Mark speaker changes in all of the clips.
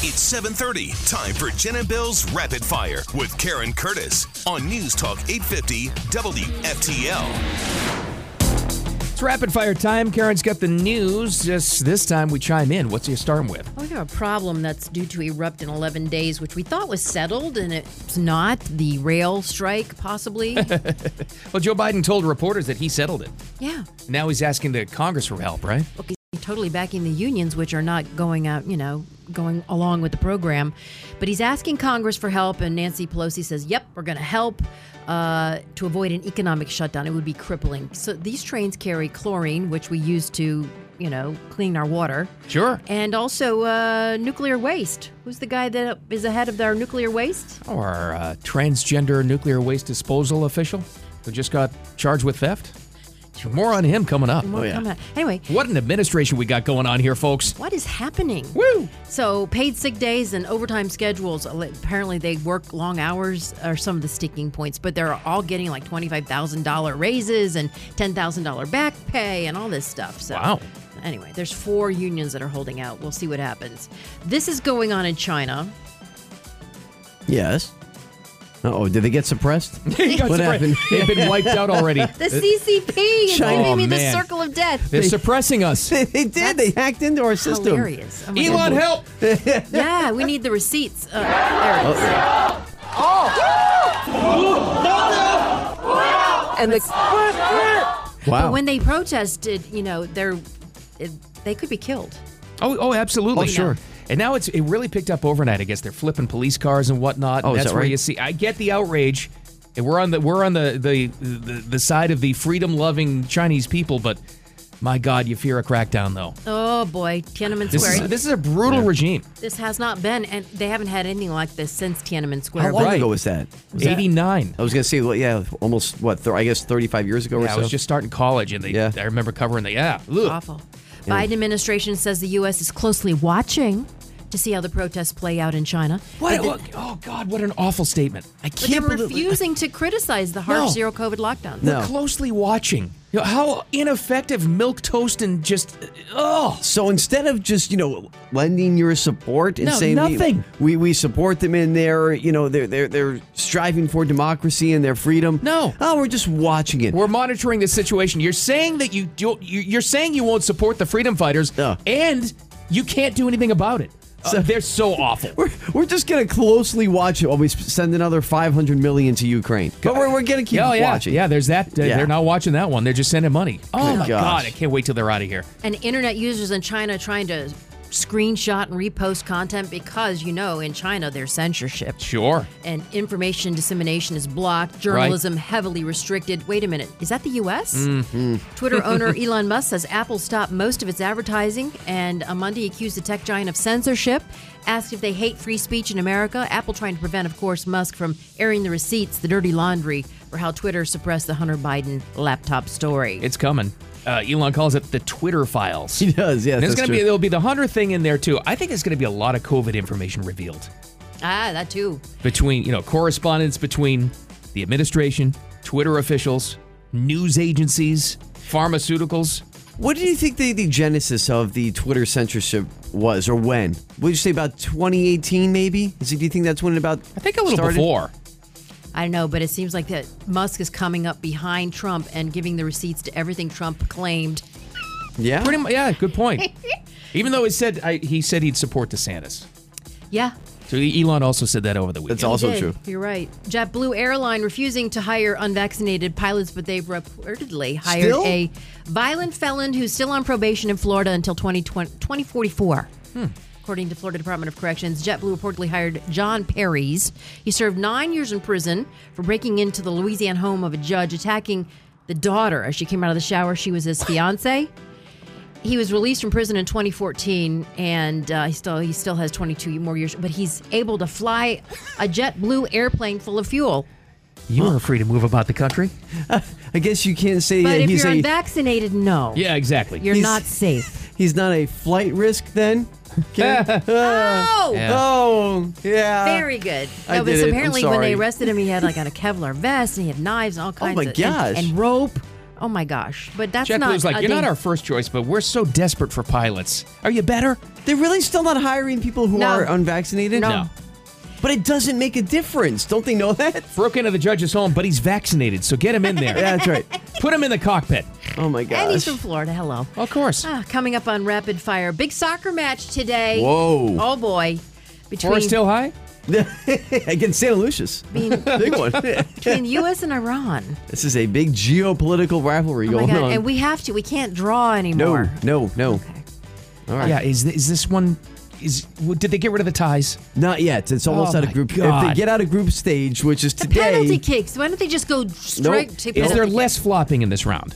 Speaker 1: It's 7:30. Time for Jen and Bill's Rapid Fire with Karen Curtis on News Talk 850 WFTL.
Speaker 2: It's rapid fire time. Karen's got the news. Just this time we chime in. What's he starting with?
Speaker 3: We have a problem that's due to erupt in 11 days, which we thought was settled, and it's not. The rail strike, possibly.
Speaker 2: Well, Joe Biden told reporters that he settled it.
Speaker 3: yeah.
Speaker 2: Now he's asking the Congress for help, right?
Speaker 3: Okay. Totally backing the unions, which are not going out, you know, going along with the program. But he's asking Congress for help, and Nancy Pelosi says, yep, we're going to help uh, to avoid an economic shutdown. It would be crippling. So these trains carry chlorine, which we use to, you know, clean our water.
Speaker 2: Sure.
Speaker 3: And also uh, nuclear waste. Who's the guy that is ahead of our nuclear waste?
Speaker 2: Our uh, transgender nuclear waste disposal official who just got charged with theft. More on him coming up.
Speaker 3: More coming up. Anyway,
Speaker 2: What an administration we got going on here, folks.
Speaker 3: what is happening?
Speaker 2: Woo!
Speaker 3: So, paid sick days and overtime schedules. uh, Apparently, they work long hours are some of the sticking points, but they're all getting like $25,000 raises and $10,000 back pay and all this stuff. So,
Speaker 2: Wow.
Speaker 3: anyway, there's four unions that are holding out. We'll see what happens. This is going on in China.
Speaker 4: Yes. Oh, did they get suppressed? what happened?
Speaker 2: They've been wiped out already.
Speaker 3: The CCP is
Speaker 4: China-
Speaker 3: giving me
Speaker 2: Oh,
Speaker 3: the
Speaker 2: man.
Speaker 3: circle of death.
Speaker 2: They're suppressing us.
Speaker 4: they did. they hacked into our system.
Speaker 3: Hilarious. Oh my
Speaker 2: Elon,
Speaker 3: God.
Speaker 2: help!
Speaker 3: Yeah, we need the receipts. Uh, there
Speaker 2: Oh,
Speaker 3: it is.
Speaker 5: and the
Speaker 4: Wow.
Speaker 3: But when they protested, you know, they're it, they could be killed.
Speaker 2: Oh, oh, absolutely.
Speaker 4: Oh, sure.
Speaker 2: And now it's it really picked up overnight. I guess they're flipping police cars and whatnot.
Speaker 4: Oh,
Speaker 2: and
Speaker 4: is
Speaker 2: that's
Speaker 4: that
Speaker 2: where
Speaker 4: right?
Speaker 2: you see. I get the outrage. And we're on the we're on the the the, the side of the freedom loving Chinese people, but my God, you fear a crackdown though.
Speaker 3: Oh boy, Tiananmen
Speaker 2: This
Speaker 3: Square.
Speaker 2: is
Speaker 3: this,
Speaker 2: this is a brutal regime.
Speaker 3: has not been, and they haven't had anything like this since Tiananmen Square.
Speaker 4: How long
Speaker 2: Right.
Speaker 4: ago was that?
Speaker 2: Eighty nine.
Speaker 4: I was gonna say, well, yeah, almost what? Th- I guess thirty-five years ago or
Speaker 2: Yeah, I
Speaker 4: Oh, so.
Speaker 2: was just starting college, and they
Speaker 4: Yeah.
Speaker 2: I remember covering the yeah.
Speaker 3: But
Speaker 2: Ugh.
Speaker 3: awful. Biden administration says the U.S. is closely watching to see how the protests play out in China.
Speaker 2: What?
Speaker 3: But the-
Speaker 2: what- oh God, what an awful statement. I
Speaker 3: But they're
Speaker 2: can't believe
Speaker 3: refusing to criticize the harsh
Speaker 2: No.
Speaker 3: zero COVID lockdowns.
Speaker 4: No.
Speaker 2: closely watching. You know, how ineffective milk toast and just oh
Speaker 4: so instead of just you know lending your support and
Speaker 2: No,
Speaker 4: saying we-
Speaker 2: nothing.
Speaker 4: We, we support them in their you know they're they're they're striving for democracy and their freedom.
Speaker 2: No.
Speaker 4: oh, we're just watching it.
Speaker 2: We're monitoring the situation. You're saying that you do. you- You're saying you won't support the freedom fighters,
Speaker 4: Yeah.
Speaker 2: and you can't do anything about it. So they're so awful.
Speaker 4: We're, we're just gonna closely watch it while we sp- send another five hundred million to Ukraine. But we're, we're gonna keep
Speaker 2: oh yeah,
Speaker 4: watching.
Speaker 2: yeah. There's that. uh,
Speaker 4: Yeah.
Speaker 2: They're not watching that one. They're just sending money. Oh
Speaker 4: Good
Speaker 2: my
Speaker 4: gosh.
Speaker 2: god! I can't wait till they're out of here.
Speaker 3: And internet users in China trying to screenshot and repost content because you know in China there's censorship.
Speaker 2: Sure.
Speaker 3: and information dissemination is blocked, journalism heavily restricted. Wait a minute, is that the U.S.? Twitter owner Elon Musk says Apple stopped most of its advertising, and on Monday accused the tech giant of censorship. Asked if they hate free speech in America, Apple trying to prevent, of course, Musk from airing the receipts, the dirty laundry for how Twitter suppressed the Hunter Biden laptop story.
Speaker 2: It's coming. Uh, Elon calls it the Twitter files.
Speaker 4: he does. Yeah,
Speaker 2: And there's
Speaker 4: that's
Speaker 2: gonna
Speaker 4: true.
Speaker 2: be there'll be the hunter thing in there too. I think there's gonna be a lot of COVID information revealed
Speaker 3: ah, that too.
Speaker 2: between you know correspondence between the administration, Twitter officials, news agencies, pharmaceuticals.
Speaker 4: What do you think the, the genesis of the Twitter censorship was, or when? Would you say about 2018, maybe? Is it, do you think that's when it about?
Speaker 2: I think a little
Speaker 4: started?
Speaker 2: before.
Speaker 3: I don't know, but it seems like that Musk is coming up behind Trump and giving the receipts to everything Trump claimed.
Speaker 4: Yeah.
Speaker 2: Pretty much, yeah, good point. Even though he said I, he said he'd support DeSantis.
Speaker 3: Yeah,
Speaker 2: So Elon also said that over the weekend.
Speaker 4: That's also
Speaker 3: did.
Speaker 4: true.
Speaker 3: You're right. JetBlue airline refusing to hire unvaccinated pilots, but they've reportedly hired
Speaker 4: Still?
Speaker 3: a violent felon who's still on probation in Florida until 2020, 2044.
Speaker 4: Hmm.
Speaker 3: According to Florida Department of Corrections, JetBlue reportedly hired John Perry's. He served nine years in prison for breaking into the Louisiana home of a judge, attacking the daughter as she came out of the shower. She was his fiance. He was released from prison in 2014, and uh, he still he still has 22 more years, but he's able to fly a JetBlue airplane full of fuel.
Speaker 2: You are free to move about the country.
Speaker 4: I guess you can't say
Speaker 3: But
Speaker 4: that
Speaker 3: if
Speaker 4: he's
Speaker 3: you're
Speaker 4: a
Speaker 3: unvaccinated, no,
Speaker 2: Yeah, exactly.
Speaker 3: you're
Speaker 4: he's-
Speaker 3: not safe.
Speaker 4: he's not a flight risk then. Okay.
Speaker 3: Oh,
Speaker 2: Yeah.
Speaker 4: oh, yeah.
Speaker 3: very good. No,
Speaker 4: I
Speaker 3: but
Speaker 4: did it. I'm
Speaker 3: apparently when they
Speaker 4: sorry. Oh,
Speaker 3: arrested him, he had like on a Kevlar vest and he had knives and all kinds
Speaker 4: my
Speaker 3: of and-
Speaker 4: gosh.
Speaker 3: and rope. Oh my gosh! But that's not.
Speaker 2: JetBlue's like,
Speaker 3: a
Speaker 2: you're not
Speaker 3: ding-
Speaker 2: our first choice, but we're so desperate for pilots. Are you better?
Speaker 4: They're really still not hiring people who
Speaker 3: No.
Speaker 4: are unvaccinated.
Speaker 3: No.
Speaker 2: No.
Speaker 4: But it doesn't make a difference. Don't they know that?
Speaker 2: Broke into the judge's home, but he's vaccinated, so get him in there.
Speaker 4: Yeah, that's right.
Speaker 2: Put him in the cockpit.
Speaker 4: Oh my gosh.
Speaker 3: And he's from Florida. Hello.
Speaker 2: Of course.
Speaker 3: Ah, coming up on Rapid Fire, big soccer match today.
Speaker 4: Whoa.
Speaker 3: Oh boy. Between,
Speaker 2: Forest Hill High?
Speaker 4: Against Santa Lucia's. big one.
Speaker 3: between the U.S. and Iran.
Speaker 4: this is a big geopolitical rivalry
Speaker 3: Oh my
Speaker 4: going
Speaker 3: God.
Speaker 4: on.
Speaker 3: And we have to. We can't draw anymore.
Speaker 4: no, no, no.
Speaker 3: Okay.
Speaker 2: Yeah, is, th- is this one. Is w- Did they get rid of the ties?
Speaker 4: Not yet. It's almost
Speaker 2: Oh
Speaker 4: out of
Speaker 2: my
Speaker 4: group. If
Speaker 2: God.
Speaker 4: they get out of group stage, which is today,
Speaker 3: Penalty kicks. Why don't they just go straight to
Speaker 2: Is
Speaker 3: penalty
Speaker 2: there
Speaker 3: kick?
Speaker 2: less flopping in this round?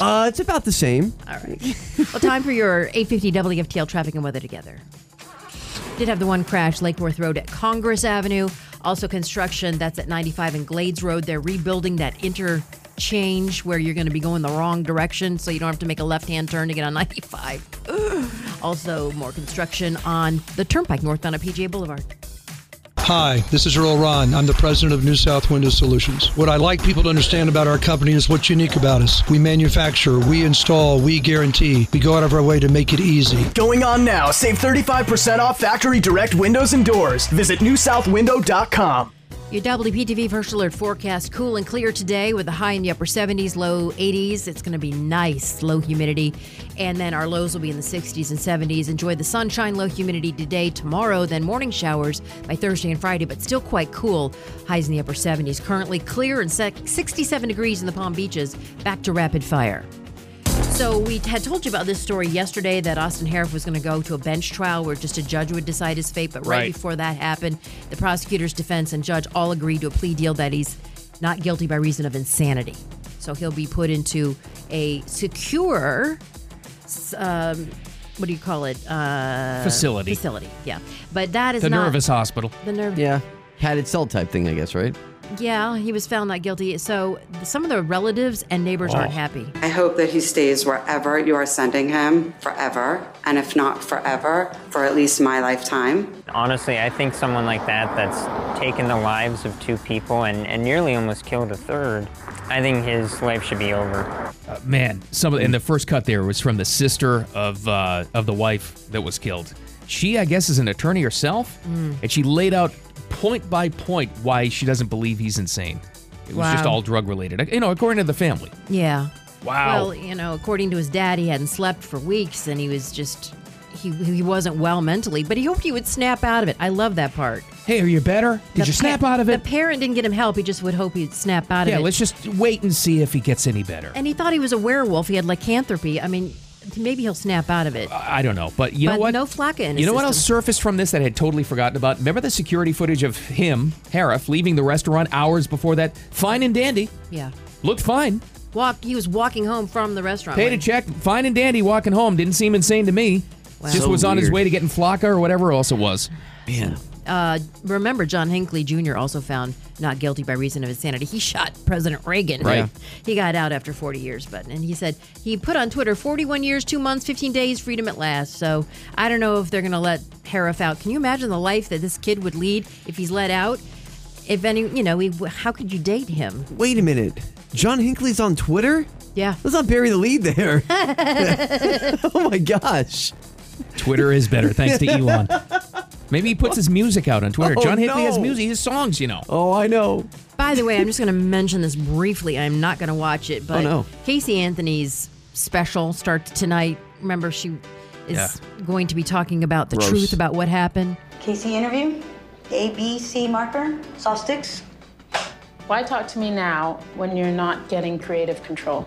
Speaker 4: uh, it's about the same.
Speaker 3: Well, time for your 850 WFTL traffic and weather together. Did have the one crash, Lake Worth Road at Congress Avenue. Also, construction that's at 95 and Glades Road. They're rebuilding that interchange where you're going to be going the wrong direction, so you don't have to make a left hand turn to get on 95. Also, more construction on the turnpike northbound at PGA Boulevard.
Speaker 5: Hi, this is Earl Ron. I'm the president of New South Window Solutions. What I like people to understand about our company is what's unique about us. We manufacture, we install, we guarantee. We go out of our way to make it easy.
Speaker 6: Going on now. Save 35% off factory direct windows and doors. Visit newsouthwindow.com.
Speaker 3: Your WPTV first alert forecast cool and clear today with a high in the upper 70s, low 80s. It's going to be nice, low humidity. And then our lows will be in the 60s and 70s. Enjoy the sunshine, low humidity today, tomorrow, then morning showers by Thursday and Friday, but still quite cool. Highs in the upper 70s. Currently clear and sec- 67 degrees in the Palm Beaches. Back to rapid fire. So we had told you about this story yesterday that Austin Harif was going to go to a bench trial where just a judge would decide his fate. But right,
Speaker 2: Right.
Speaker 3: before that happened, the prosecutor's defense and judge all agreed to a plea deal that he's not guilty by reason of insanity. So he'll be put into a secure, s- um, what do you call it? Uh,
Speaker 2: Facility.
Speaker 3: Facility. Yeah, but that is
Speaker 2: The
Speaker 3: not
Speaker 2: nervous hospital.
Speaker 3: the nerve.
Speaker 4: Yeah, had it cell type thing, I guess, right?
Speaker 3: Yeah, he was found not guilty. So some of the relatives and
Speaker 2: Oh.
Speaker 3: neighbors aren't happy.
Speaker 7: I hope that he stays wherever you are sending him forever, and if not forever, for at least my lifetime.
Speaker 8: Honestly, I think someone like that that's taken the lives of two people and, and nearly almost killed a third, I think his life should be over.
Speaker 2: Uh, man, some of, and the first cut there was from the sister of uh, of the wife that was killed. She, I guess, is an attorney herself,
Speaker 3: Hmm.
Speaker 2: and she laid out point by point why she doesn't believe he's insane. It was just
Speaker 3: Wow.
Speaker 2: all drug related, you know, according to the family.
Speaker 3: Yeah.
Speaker 2: Wow.
Speaker 3: Well, you know, according to his dad, he hadn't slept for weeks, and he was just he he wasn't well mentally. But he hoped he would snap out of it. I love that part.
Speaker 2: Hey, are you better? Did
Speaker 3: The
Speaker 2: you snap
Speaker 3: pa-
Speaker 2: out of it?
Speaker 3: The parent didn't get him help. He just would hope he'd snap out
Speaker 2: yeah,
Speaker 3: of it.
Speaker 2: let's just wait and see if he gets any better.
Speaker 3: and he thought he was a werewolf. He had lycanthropy. I mean, maybe he'll snap out of it.
Speaker 2: I don't know, but you know
Speaker 3: But
Speaker 2: what?
Speaker 3: no Flacca in his
Speaker 2: You know what
Speaker 3: system.
Speaker 2: else surfaced from this that I had totally forgotten about? Remember the security footage of him, Harif, leaving the restaurant hours before that? Fine and dandy,
Speaker 3: Yeah.
Speaker 2: looked fine.
Speaker 3: Walk. He was walking home from the restaurant.
Speaker 2: Paid a check, fine and dandy, walking home. Didn't seem insane to me. Just
Speaker 4: So
Speaker 2: was on his
Speaker 4: weird.
Speaker 2: way to getting Flocka or whatever else it was.
Speaker 4: Man,
Speaker 3: Uh, remember John Hinckley Jr. also found not guilty by reason of insanity. He shot President Reagan.
Speaker 2: Right. Yeah.
Speaker 3: He got out after 40 years, but and he said he put on Twitter 41 years, 2 months, 15 days, freedom at last. So, I don't know if they're going to let Harif out. Can you imagine the life that this kid would lead if he's let out? If any, you know, he, how could you date him?
Speaker 4: wait a minute. John Hinckley's on Twitter.
Speaker 3: Yeah.
Speaker 4: Let's not bury the lead there. oh my gosh.
Speaker 2: Twitter is better, thanks to Elon. Maybe he puts his music out on Twitter.
Speaker 4: Oh,
Speaker 2: John Hinckley has
Speaker 4: no.
Speaker 2: music, his songs, you know.
Speaker 4: Oh, I know.
Speaker 3: By the way, I'm just going to mention this briefly. I'm not going to watch it, but
Speaker 4: Oh, no.
Speaker 3: Casey Anthony's special starts tonight. Remember, she is
Speaker 2: Yeah.
Speaker 3: going to be talking about the
Speaker 4: Gross.
Speaker 3: truth about what happened.
Speaker 9: Casey interview, A, B, C marker, soft sticks.
Speaker 10: Why talk to me now when you're not getting creative control?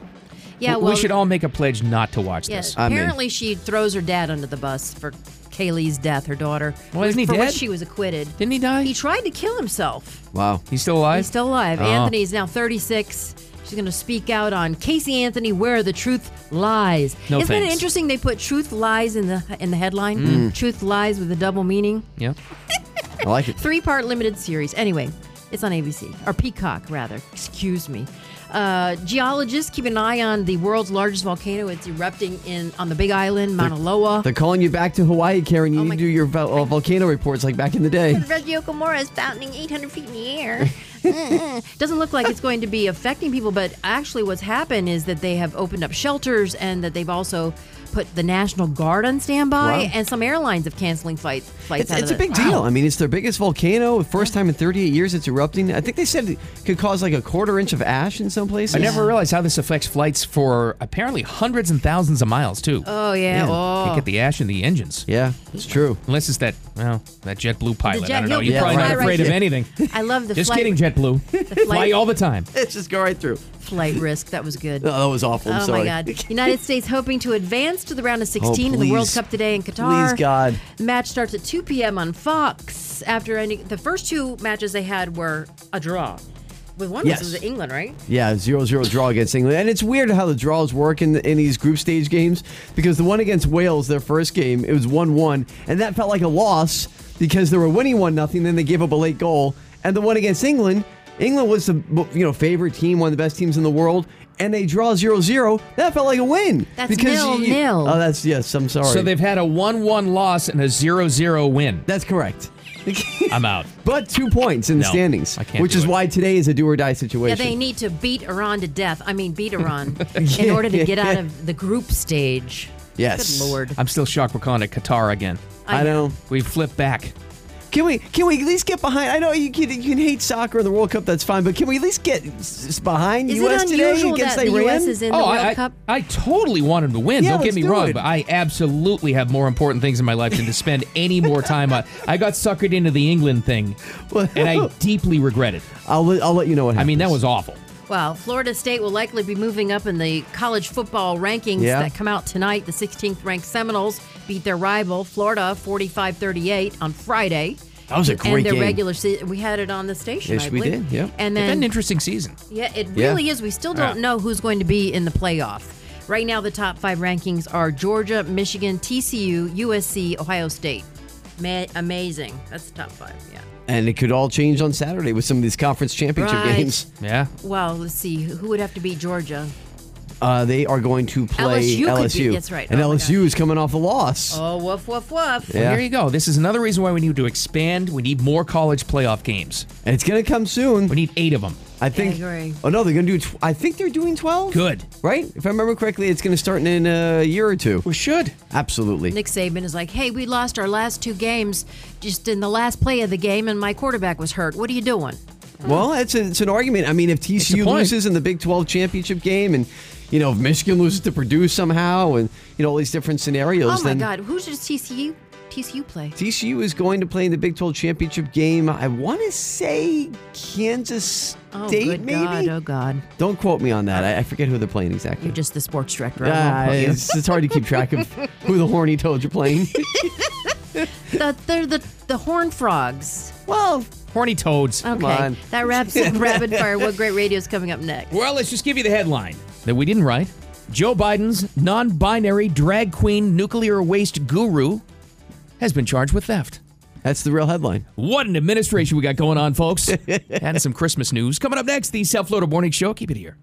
Speaker 3: Yeah,
Speaker 2: We-
Speaker 3: well,
Speaker 2: we should all make a pledge not to watch
Speaker 3: yeah,
Speaker 2: this. Uh,
Speaker 4: in.
Speaker 3: apparently she throws her dad under the bus for Kaylee's death, her daughter.
Speaker 2: Well, isn't he
Speaker 3: for
Speaker 2: dead?
Speaker 3: which she was acquitted.
Speaker 2: Didn't he die?
Speaker 3: He tried to kill himself.
Speaker 4: Wow.
Speaker 2: He's still alive?
Speaker 3: He's still alive.
Speaker 2: Oh.
Speaker 3: Anthony is now 36. She's going to speak out on Casey Anthony, where the truth lies.
Speaker 2: No
Speaker 3: Isn't it
Speaker 2: thanks. Mm.
Speaker 3: interesting? They put "truth lies" in the in the headline. Truth lies with a double meaning.
Speaker 2: Yeah.
Speaker 4: I like it.
Speaker 3: Three part limited series. Anyway, it's on ABC or Peacock rather. Excuse me. Uh, geologists keep an eye on the world's largest volcano. It's erupting in on the Big Island, Mauna Loa.
Speaker 4: They're calling you back to Hawaii, Karen. You
Speaker 3: Oh
Speaker 4: need
Speaker 3: my-
Speaker 4: to do your vo- uh, volcano reports like back in the day.
Speaker 3: Reggio Comora is fountaining 800 feet in the air. Doesn't look like it's going to be affecting people, but actually, what's happened is that they have opened up shelters and that they've also put the National Guard on standby,
Speaker 4: Wow.
Speaker 3: and some airlines have canceling flights. flights
Speaker 4: It's,
Speaker 3: out
Speaker 4: it's a
Speaker 3: of the-
Speaker 4: big deal. I mean, it's their biggest volcano. First time in 38 years it's erupting. I think they said it could cause like a quarter inch of ash in some places.
Speaker 2: I never realized how this affects flights for apparently hundreds and thousands of miles too.
Speaker 3: Oh, yeah. Oh.
Speaker 2: Can't get the ash in the engines.
Speaker 4: Yeah, it's true.
Speaker 2: Unless it's that well, that JetBlue pilot.
Speaker 3: jet-
Speaker 2: I don't know.
Speaker 3: he'll
Speaker 2: You're
Speaker 3: be
Speaker 2: probably
Speaker 3: fly
Speaker 2: not
Speaker 3: right
Speaker 2: afraid of
Speaker 3: through.
Speaker 2: anything.
Speaker 3: I love the
Speaker 2: Just
Speaker 3: flight,
Speaker 2: kidding, JetBlue. Fly
Speaker 3: flight-
Speaker 2: all the time.
Speaker 4: Just go right through.
Speaker 3: flight risk. That was good.
Speaker 4: Oh, that was awful. I'm
Speaker 3: oh
Speaker 4: sorry. Oh,
Speaker 3: my God! United States hoping to advance to the round of 16 in the World
Speaker 4: please.
Speaker 3: Cup today in Qatar.
Speaker 4: Please, God.
Speaker 3: The match starts at 2 p.m. on Fox. After ending, the first two matches they had were a draw. With one
Speaker 4: Yes.
Speaker 3: was was England, right?
Speaker 4: Yeah, 0 0 draw against England. And it's weird how the draws work in, in these group stage games because the one against Wales, their first game, it was 1 1. And that felt like a loss because they were winning 1 0, then they gave up a late goal. And the one against England, England was the you know favorite team, one of the best teams in the world, and they draw 0 0. That felt like a win.
Speaker 3: That's
Speaker 4: because
Speaker 3: nil,
Speaker 4: you-
Speaker 3: nil.
Speaker 4: Oh, that's, yes, I'm sorry.
Speaker 2: So they've had a one-one loss and a zero-zero win.
Speaker 4: that's correct.
Speaker 2: I'm out.
Speaker 4: But two points in the
Speaker 2: No,
Speaker 4: standings,
Speaker 2: I can't
Speaker 4: which
Speaker 2: do
Speaker 4: is
Speaker 2: it.
Speaker 4: why today is a do or die
Speaker 3: Yeah,
Speaker 4: situation.
Speaker 3: they need to beat Iran to death. I mean, beat Iran in order to get out of the group stage.
Speaker 4: Yes.
Speaker 3: Good lord.
Speaker 2: I'm still shocked we're calling it Qatar again.
Speaker 4: I know.
Speaker 2: We flipped back.
Speaker 4: Can we can we at least get behind? I know you can you can hate soccer in the World Cup, that's fine, but can we at least get s- s- behind
Speaker 3: Is
Speaker 4: U.S.
Speaker 3: it
Speaker 4: today
Speaker 3: unusual
Speaker 4: against
Speaker 3: that the
Speaker 4: Iran?
Speaker 3: U.S. is in the World
Speaker 2: Oh, I, I,
Speaker 3: Cup?
Speaker 2: I totally want him to win.
Speaker 4: Yeah,
Speaker 2: don't
Speaker 4: let's
Speaker 2: get me
Speaker 4: do
Speaker 2: wrong,
Speaker 4: it.
Speaker 2: but I absolutely have more important things in my life than to spend any more time on. I got suckered into the England thing, and I deeply regret it.
Speaker 4: I'll let- I'll let you know
Speaker 2: I
Speaker 4: what happens.
Speaker 2: mean, that was awful.
Speaker 3: Well, Florida State will likely be moving up in the college football rankings
Speaker 4: Yeah.
Speaker 3: that come out tonight. The 16th ranked Seminoles beat their rival, Florida, 45 38 on Friday.
Speaker 4: That was a great
Speaker 3: And their
Speaker 4: game.
Speaker 3: regular season. We had it on the station.
Speaker 4: Yes,
Speaker 3: I
Speaker 4: we
Speaker 3: believe.
Speaker 4: did, yeah.
Speaker 3: And
Speaker 2: It's been
Speaker 3: then,
Speaker 2: an interesting season.
Speaker 3: yeah, it
Speaker 4: Yeah.
Speaker 3: really is. We still don't
Speaker 2: Yeah.
Speaker 3: know who's going to be in the playoff. Right now, the top five rankings are Georgia, Michigan, TCU, USC, Ohio State. Ma- amazing. That's the top five, yeah.
Speaker 4: and it could all change on Saturday with some of these conference championship
Speaker 3: Right.
Speaker 4: games.
Speaker 2: Yeah.
Speaker 3: Well, let's see. Who would have to beat Georgia?
Speaker 4: Uh, they are going to play
Speaker 3: LSU could be-
Speaker 4: LSU.
Speaker 3: that's right.
Speaker 4: And
Speaker 3: Oh my
Speaker 4: LSU is coming off a loss.
Speaker 3: Oh, woof, woof, woof.
Speaker 2: Well,
Speaker 4: Yeah.
Speaker 2: here you go. This is another reason why we need to expand. We need more college playoff games.
Speaker 4: And it's going to come soon.
Speaker 2: We need eight of them.
Speaker 4: I think.
Speaker 3: agree.
Speaker 4: Oh no, they're going to do. Tw- I think they're doing twelve.
Speaker 2: Good.
Speaker 4: Right? If I remember correctly, it's going to start in uh, a year or two.
Speaker 2: We should.
Speaker 4: Absolutely.
Speaker 3: Nick Saban is like, hey, we lost our last two games just in the last play of the game, and my quarterback was hurt. What are you doing?
Speaker 4: Well, it's, a, it's an argument. I mean, if TCU
Speaker 2: point.
Speaker 4: loses in the Big 12 championship game and, you know, if Michigan loses to Purdue somehow and, you know, all these different scenarios,
Speaker 3: Oh my
Speaker 4: then
Speaker 3: God, who does TCU TCU play?
Speaker 4: TCU is going to play in the Big 12 championship game. I want to say Kansas
Speaker 3: Oh
Speaker 4: State,
Speaker 3: good
Speaker 4: maybe?
Speaker 3: God! Oh God!
Speaker 4: Don't quote me on that. I, I forget who they're playing exactly.
Speaker 3: You're just the sports director. I won't
Speaker 4: Ah,
Speaker 3: quote you.
Speaker 4: it's, it's hard to keep track of who the horny toads are playing.
Speaker 3: The- they're the the Horn Frogs.
Speaker 4: well,
Speaker 2: Horny toads.
Speaker 3: Okay,
Speaker 4: on.
Speaker 3: that wraps up rapid fire. What great radio is coming up next?
Speaker 2: Well, let's just give you the headline that we didn't write. Joe Biden's non binary drag queen nuclear waste guru has been charged with theft.
Speaker 4: that's the real headline.
Speaker 2: What an administration we got going on, folks. and some Christmas news. Coming up next, the Self Loader Morning Show. Keep it here.